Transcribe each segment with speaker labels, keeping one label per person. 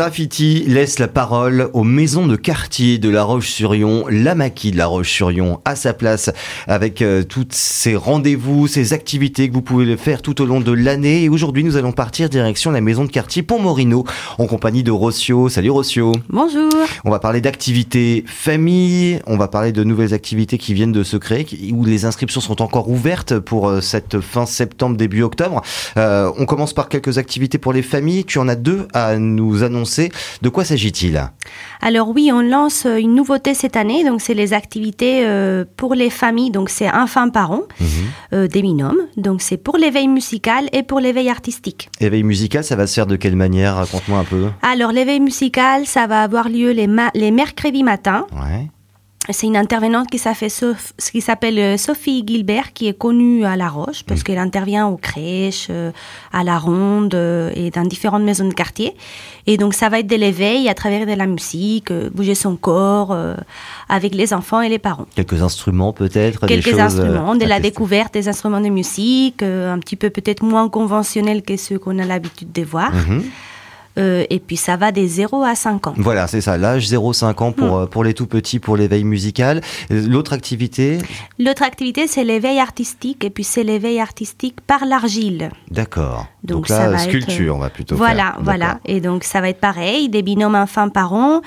Speaker 1: Graffiti laisse la parole aux maisons de quartier de La Roche-sur-Yon, la maquis de La Roche-sur-Yon, à sa place, avec euh, toutes ces rendez-vous, ces activités que vous pouvez le faire tout au long de l'année. Et aujourd'hui, nous allons partir direction la maison de quartier Pont-Morino, en compagnie de Rossio. Salut Rossio
Speaker 2: Bonjour.
Speaker 1: On va parler d'activités famille, on va parler de nouvelles activités qui viennent de se créer, qui- où les inscriptions sont encore ouvertes pour euh, cette fin septembre, début octobre. Euh, on commence par quelques activités pour les familles. Tu en as deux à nous annoncer. De quoi s'agit-il
Speaker 2: Alors oui, on lance euh, une nouveauté cette année, donc c'est les activités euh, pour les familles, donc c'est enfants parents,
Speaker 1: Mhm.
Speaker 2: euh, des binômes, donc c'est pour l'éveil musical et pour l'éveil artistique.
Speaker 1: Éveil musical, ça va se faire de quelle manière Raconte-moi un peu.
Speaker 2: Alors l'éveil musical, ça va avoir lieu les, ma- les mercredis matins.
Speaker 1: Ouais.
Speaker 2: C'est une intervenante qui s'appelle, Sof- qui s'appelle euh, Sophie Gilbert, qui est connue à La Roche,
Speaker 1: Mm.
Speaker 2: parce qu'elle intervient aux crèches, euh, à la ronde euh, et dans différentes maisons de quartier. Et donc, ça va être de l'éveil à travers de la musique, euh, bouger son corps euh, avec les enfants et les parents.
Speaker 1: Quelques instruments peut-être des
Speaker 2: Quelques
Speaker 1: choses, euh,
Speaker 2: instruments, de
Speaker 1: à
Speaker 2: la
Speaker 1: tester.
Speaker 2: découverte des instruments de musique, euh, un petit peu peut-être moins conventionnels que ceux qu'on a l'habitude de voir.
Speaker 1: Mhm.
Speaker 2: Euh, et puis, ça va des 0 à 5 ans.
Speaker 1: Voilà, c'est ça, l'âge 0,5 ans
Speaker 2: Hmm.
Speaker 1: pour, euh, pour les tout petits, pour l'éveil musical. Euh, L'autre activité,
Speaker 2: L'autre activité, c'est l'éveil artistique, et puis c'est l'éveil artistique par l'argile.
Speaker 1: d'accord.
Speaker 2: Donc
Speaker 1: là,
Speaker 2: ça va
Speaker 1: sculpture,
Speaker 2: être-
Speaker 1: on va plutôt
Speaker 2: voilà,
Speaker 1: faire.
Speaker 2: voilà.
Speaker 1: D'accord.
Speaker 2: Et donc ça va être pareil, des binômes enfants par an.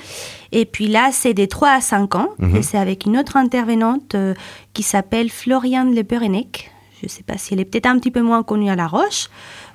Speaker 2: Et puis là, c'est des 3 à 5 ans.
Speaker 1: Mhm.
Speaker 2: Et c'est avec une autre intervenante euh, qui s'appelle Floriane Le Perenec. Je ne sais pas si elle est peut-être un petit peu moins connue à La Roche.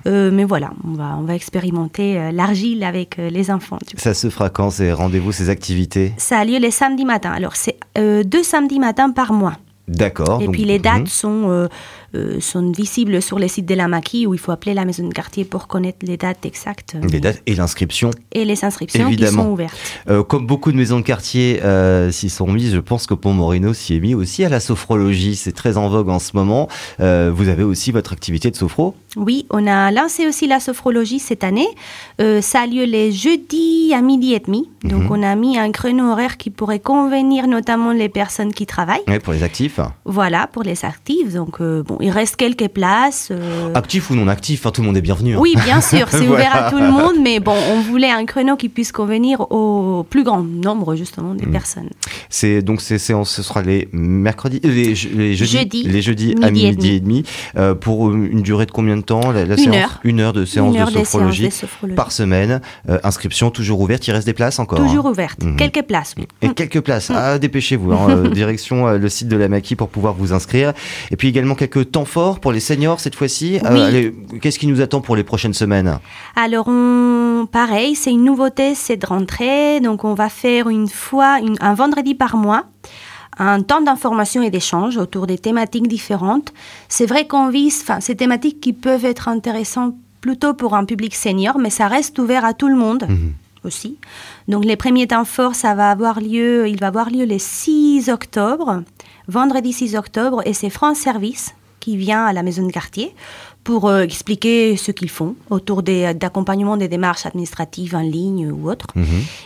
Speaker 2: Euh, mais voilà, on va, on va expérimenter euh, l'argile avec euh, les enfants. du coup.
Speaker 1: Ça se fera quand ces rendez-vous, ces activités
Speaker 2: Ça a lieu les samedis matins. Alors c'est euh, deux samedis matins par mois.
Speaker 1: D'accord.
Speaker 2: Et
Speaker 1: donc-
Speaker 2: puis les
Speaker 1: Mhm.
Speaker 2: dates sont, euh, euh, sont visibles sur le site de la maquille où il faut appeler la maison de quartier pour connaître les dates exactes. euh,
Speaker 1: Mhm. Les dates et l'inscription.
Speaker 2: et les inscriptions
Speaker 1: Évidemment.
Speaker 2: qui sont ouvertes.
Speaker 1: Euh, comme beaucoup de maisons de quartier euh, s'y sont mises, je pense que Pont Morino s'y est mis aussi à la sophrologie. C'est très en vogue en ce moment. Euh, vous avez aussi votre activité de sophro.
Speaker 2: Oui, on a lancé aussi la sophrologie cette année. Euh, ça a lieu les jeudis à midi et demi.
Speaker 1: Mhm.
Speaker 2: Donc on a mis un créneau horaire qui pourrait convenir notamment les personnes qui travaillent.
Speaker 1: Ouais, pour les actifs.
Speaker 2: Voilà, pour les actifs. Donc euh, bon, il reste quelques places. euh,
Speaker 1: Actifs ou non actifs, hein, tout le monde est bienvenu. hein.
Speaker 2: Oui, bien sûr, c'est ouvert
Speaker 1: Voilà.
Speaker 2: à tout le monde, mais bon, on voulait un créneau qui puisse convenir au plus grand nombre justement
Speaker 1: Mhm.
Speaker 2: des personnes.
Speaker 1: C'est donc ces séances, ce sera les mercredis, euh, les, je- les jeudis,
Speaker 2: Jeudi,
Speaker 1: les jeudis à midi
Speaker 2: midi
Speaker 1: et
Speaker 2: et
Speaker 1: demi, euh, pour une durée de combien de temps la, la
Speaker 2: Une
Speaker 1: séance
Speaker 2: heure.
Speaker 1: Une heure de séance
Speaker 2: Une heure
Speaker 1: de
Speaker 2: des séances
Speaker 1: sophrologie
Speaker 2: de sophrologie.
Speaker 1: par semaine. Euh, inscription toujours ouverte. Il reste des places encore. hein.
Speaker 2: Toujours ouverte,
Speaker 1: Mhm.
Speaker 2: quelques places. oui.
Speaker 1: Et quelques places. Ah, dépêchez-vous. hein, euh, direction euh, le site de la Maquis pour pouvoir vous inscrire. Et puis également quelques temps forts pour les seniors cette fois-ci. Euh,
Speaker 2: Oui.
Speaker 1: allez, Qu'est-ce qui nous attend pour les prochaines semaines
Speaker 2: Alors, on, pareil, c'est une nouveauté cette rentrée. Donc, on va faire une fois, une- un vendredi par mois, un temps d'information et d'échange autour des thématiques différentes. C'est vrai qu'on vise, enfin, ces thématiques qui peuvent être intéressantes plutôt pour un public senior, mais ça reste ouvert à tout le monde. Mm. Aussi. Donc les premiers temps forts, ça va avoir lieu, il va avoir lieu le 6 octobre, vendredi 6 octobre, et c'est France Service qui vient à la maison de quartier pour euh, expliquer ce qu'ils font autour des- euh, d'accompagnement des démarches administratives en ligne ou autres.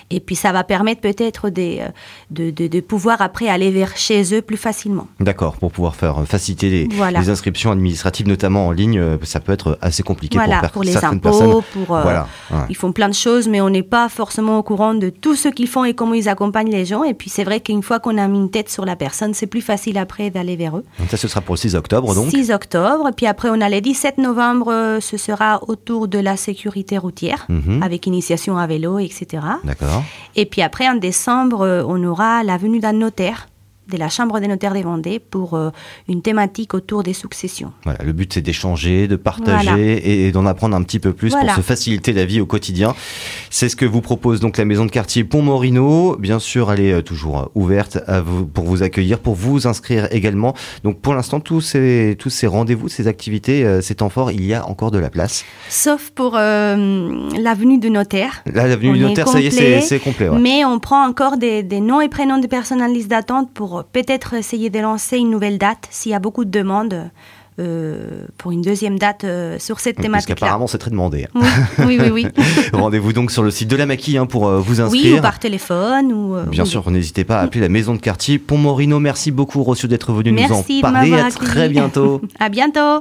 Speaker 2: Et puis ça va permettre peut-être des, euh, de, de- de pouvoir après aller vers chez eux plus facilement.
Speaker 1: D'accord, pour pouvoir faire euh, faciliter les,
Speaker 2: Voilà.
Speaker 1: les inscriptions administratives, notamment en ligne, euh, ça peut être assez compliqué
Speaker 2: Voilà,
Speaker 1: pour,
Speaker 2: pour,
Speaker 1: per-
Speaker 2: les
Speaker 1: certaines
Speaker 2: impôts,
Speaker 1: personnes.
Speaker 2: pour... euh,
Speaker 1: Voilà, ouais.
Speaker 2: Ils font plein de choses, mais on n'est pas forcément au courant de tout ce qu'ils font et comment ils accompagnent les gens. Et puis c'est vrai qu'une fois qu'on a mis une tête sur la personne, c'est plus facile après d'aller vers eux.
Speaker 1: Ça, ce sera pour le 6 octobre, donc.
Speaker 2: 6 octobre, puis après on a le 17 novembre, euh, ce sera autour de la sécurité routière,
Speaker 1: Mhm.
Speaker 2: avec initiation à vélo, etc.
Speaker 1: D'accord.
Speaker 2: Et puis après, en décembre, euh, on aura la venue d'un notaire, de la Chambre des notaires des Vendées, pour euh, une thématique autour des successions.
Speaker 1: Voilà, le but c'est d'échanger, de partager
Speaker 2: Voilà.
Speaker 1: et, et d'en apprendre un petit peu plus
Speaker 2: Voilà.
Speaker 1: pour se faciliter la vie au quotidien. C'est ce que vous propose donc la maison de quartier Pont Morino. Bien sûr, elle est euh, toujours euh, ouverte à vous- pour vous accueillir, pour vous inscrire également. Donc pour l'instant, tous ces, tous ces rendez-vous, ces activités, euh, ces temps forts, il y a encore de la place.
Speaker 2: Sauf pour euh, la venue du notaire.
Speaker 1: Là, l'avenue
Speaker 2: On
Speaker 1: du
Speaker 2: est
Speaker 1: notaire, ça y est, c'est
Speaker 2: complet, Mm,
Speaker 1: c'est complet. ouais. Mm,
Speaker 2: Mais on prend encore des, des noms et prénoms de personnes en liste d'attente pour peut-être essayer de lancer une nouvelle date s'il y a beaucoup de demandes euh, pour une deuxième date euh, sur cette
Speaker 1: Parce
Speaker 2: thématique-là.
Speaker 1: qu'apparemment, c'est très demandé. hein.
Speaker 2: Oui, oui, oui. oui.
Speaker 1: Rendez-vous donc sur le site de la maquille hein, pour euh, vous inscrire.
Speaker 2: oui, ou par téléphone. Ou, euh,
Speaker 1: Bien
Speaker 2: oui.
Speaker 1: sûr, n'hésitez pas à appeler la maison de quartier Pont Morino. Merci beaucoup, Rossio, d'être venu nous
Speaker 2: Merci
Speaker 1: en
Speaker 2: de
Speaker 1: parler.
Speaker 2: m'avoir
Speaker 1: À très
Speaker 2: accueilli.
Speaker 1: bientôt.
Speaker 2: À bientôt.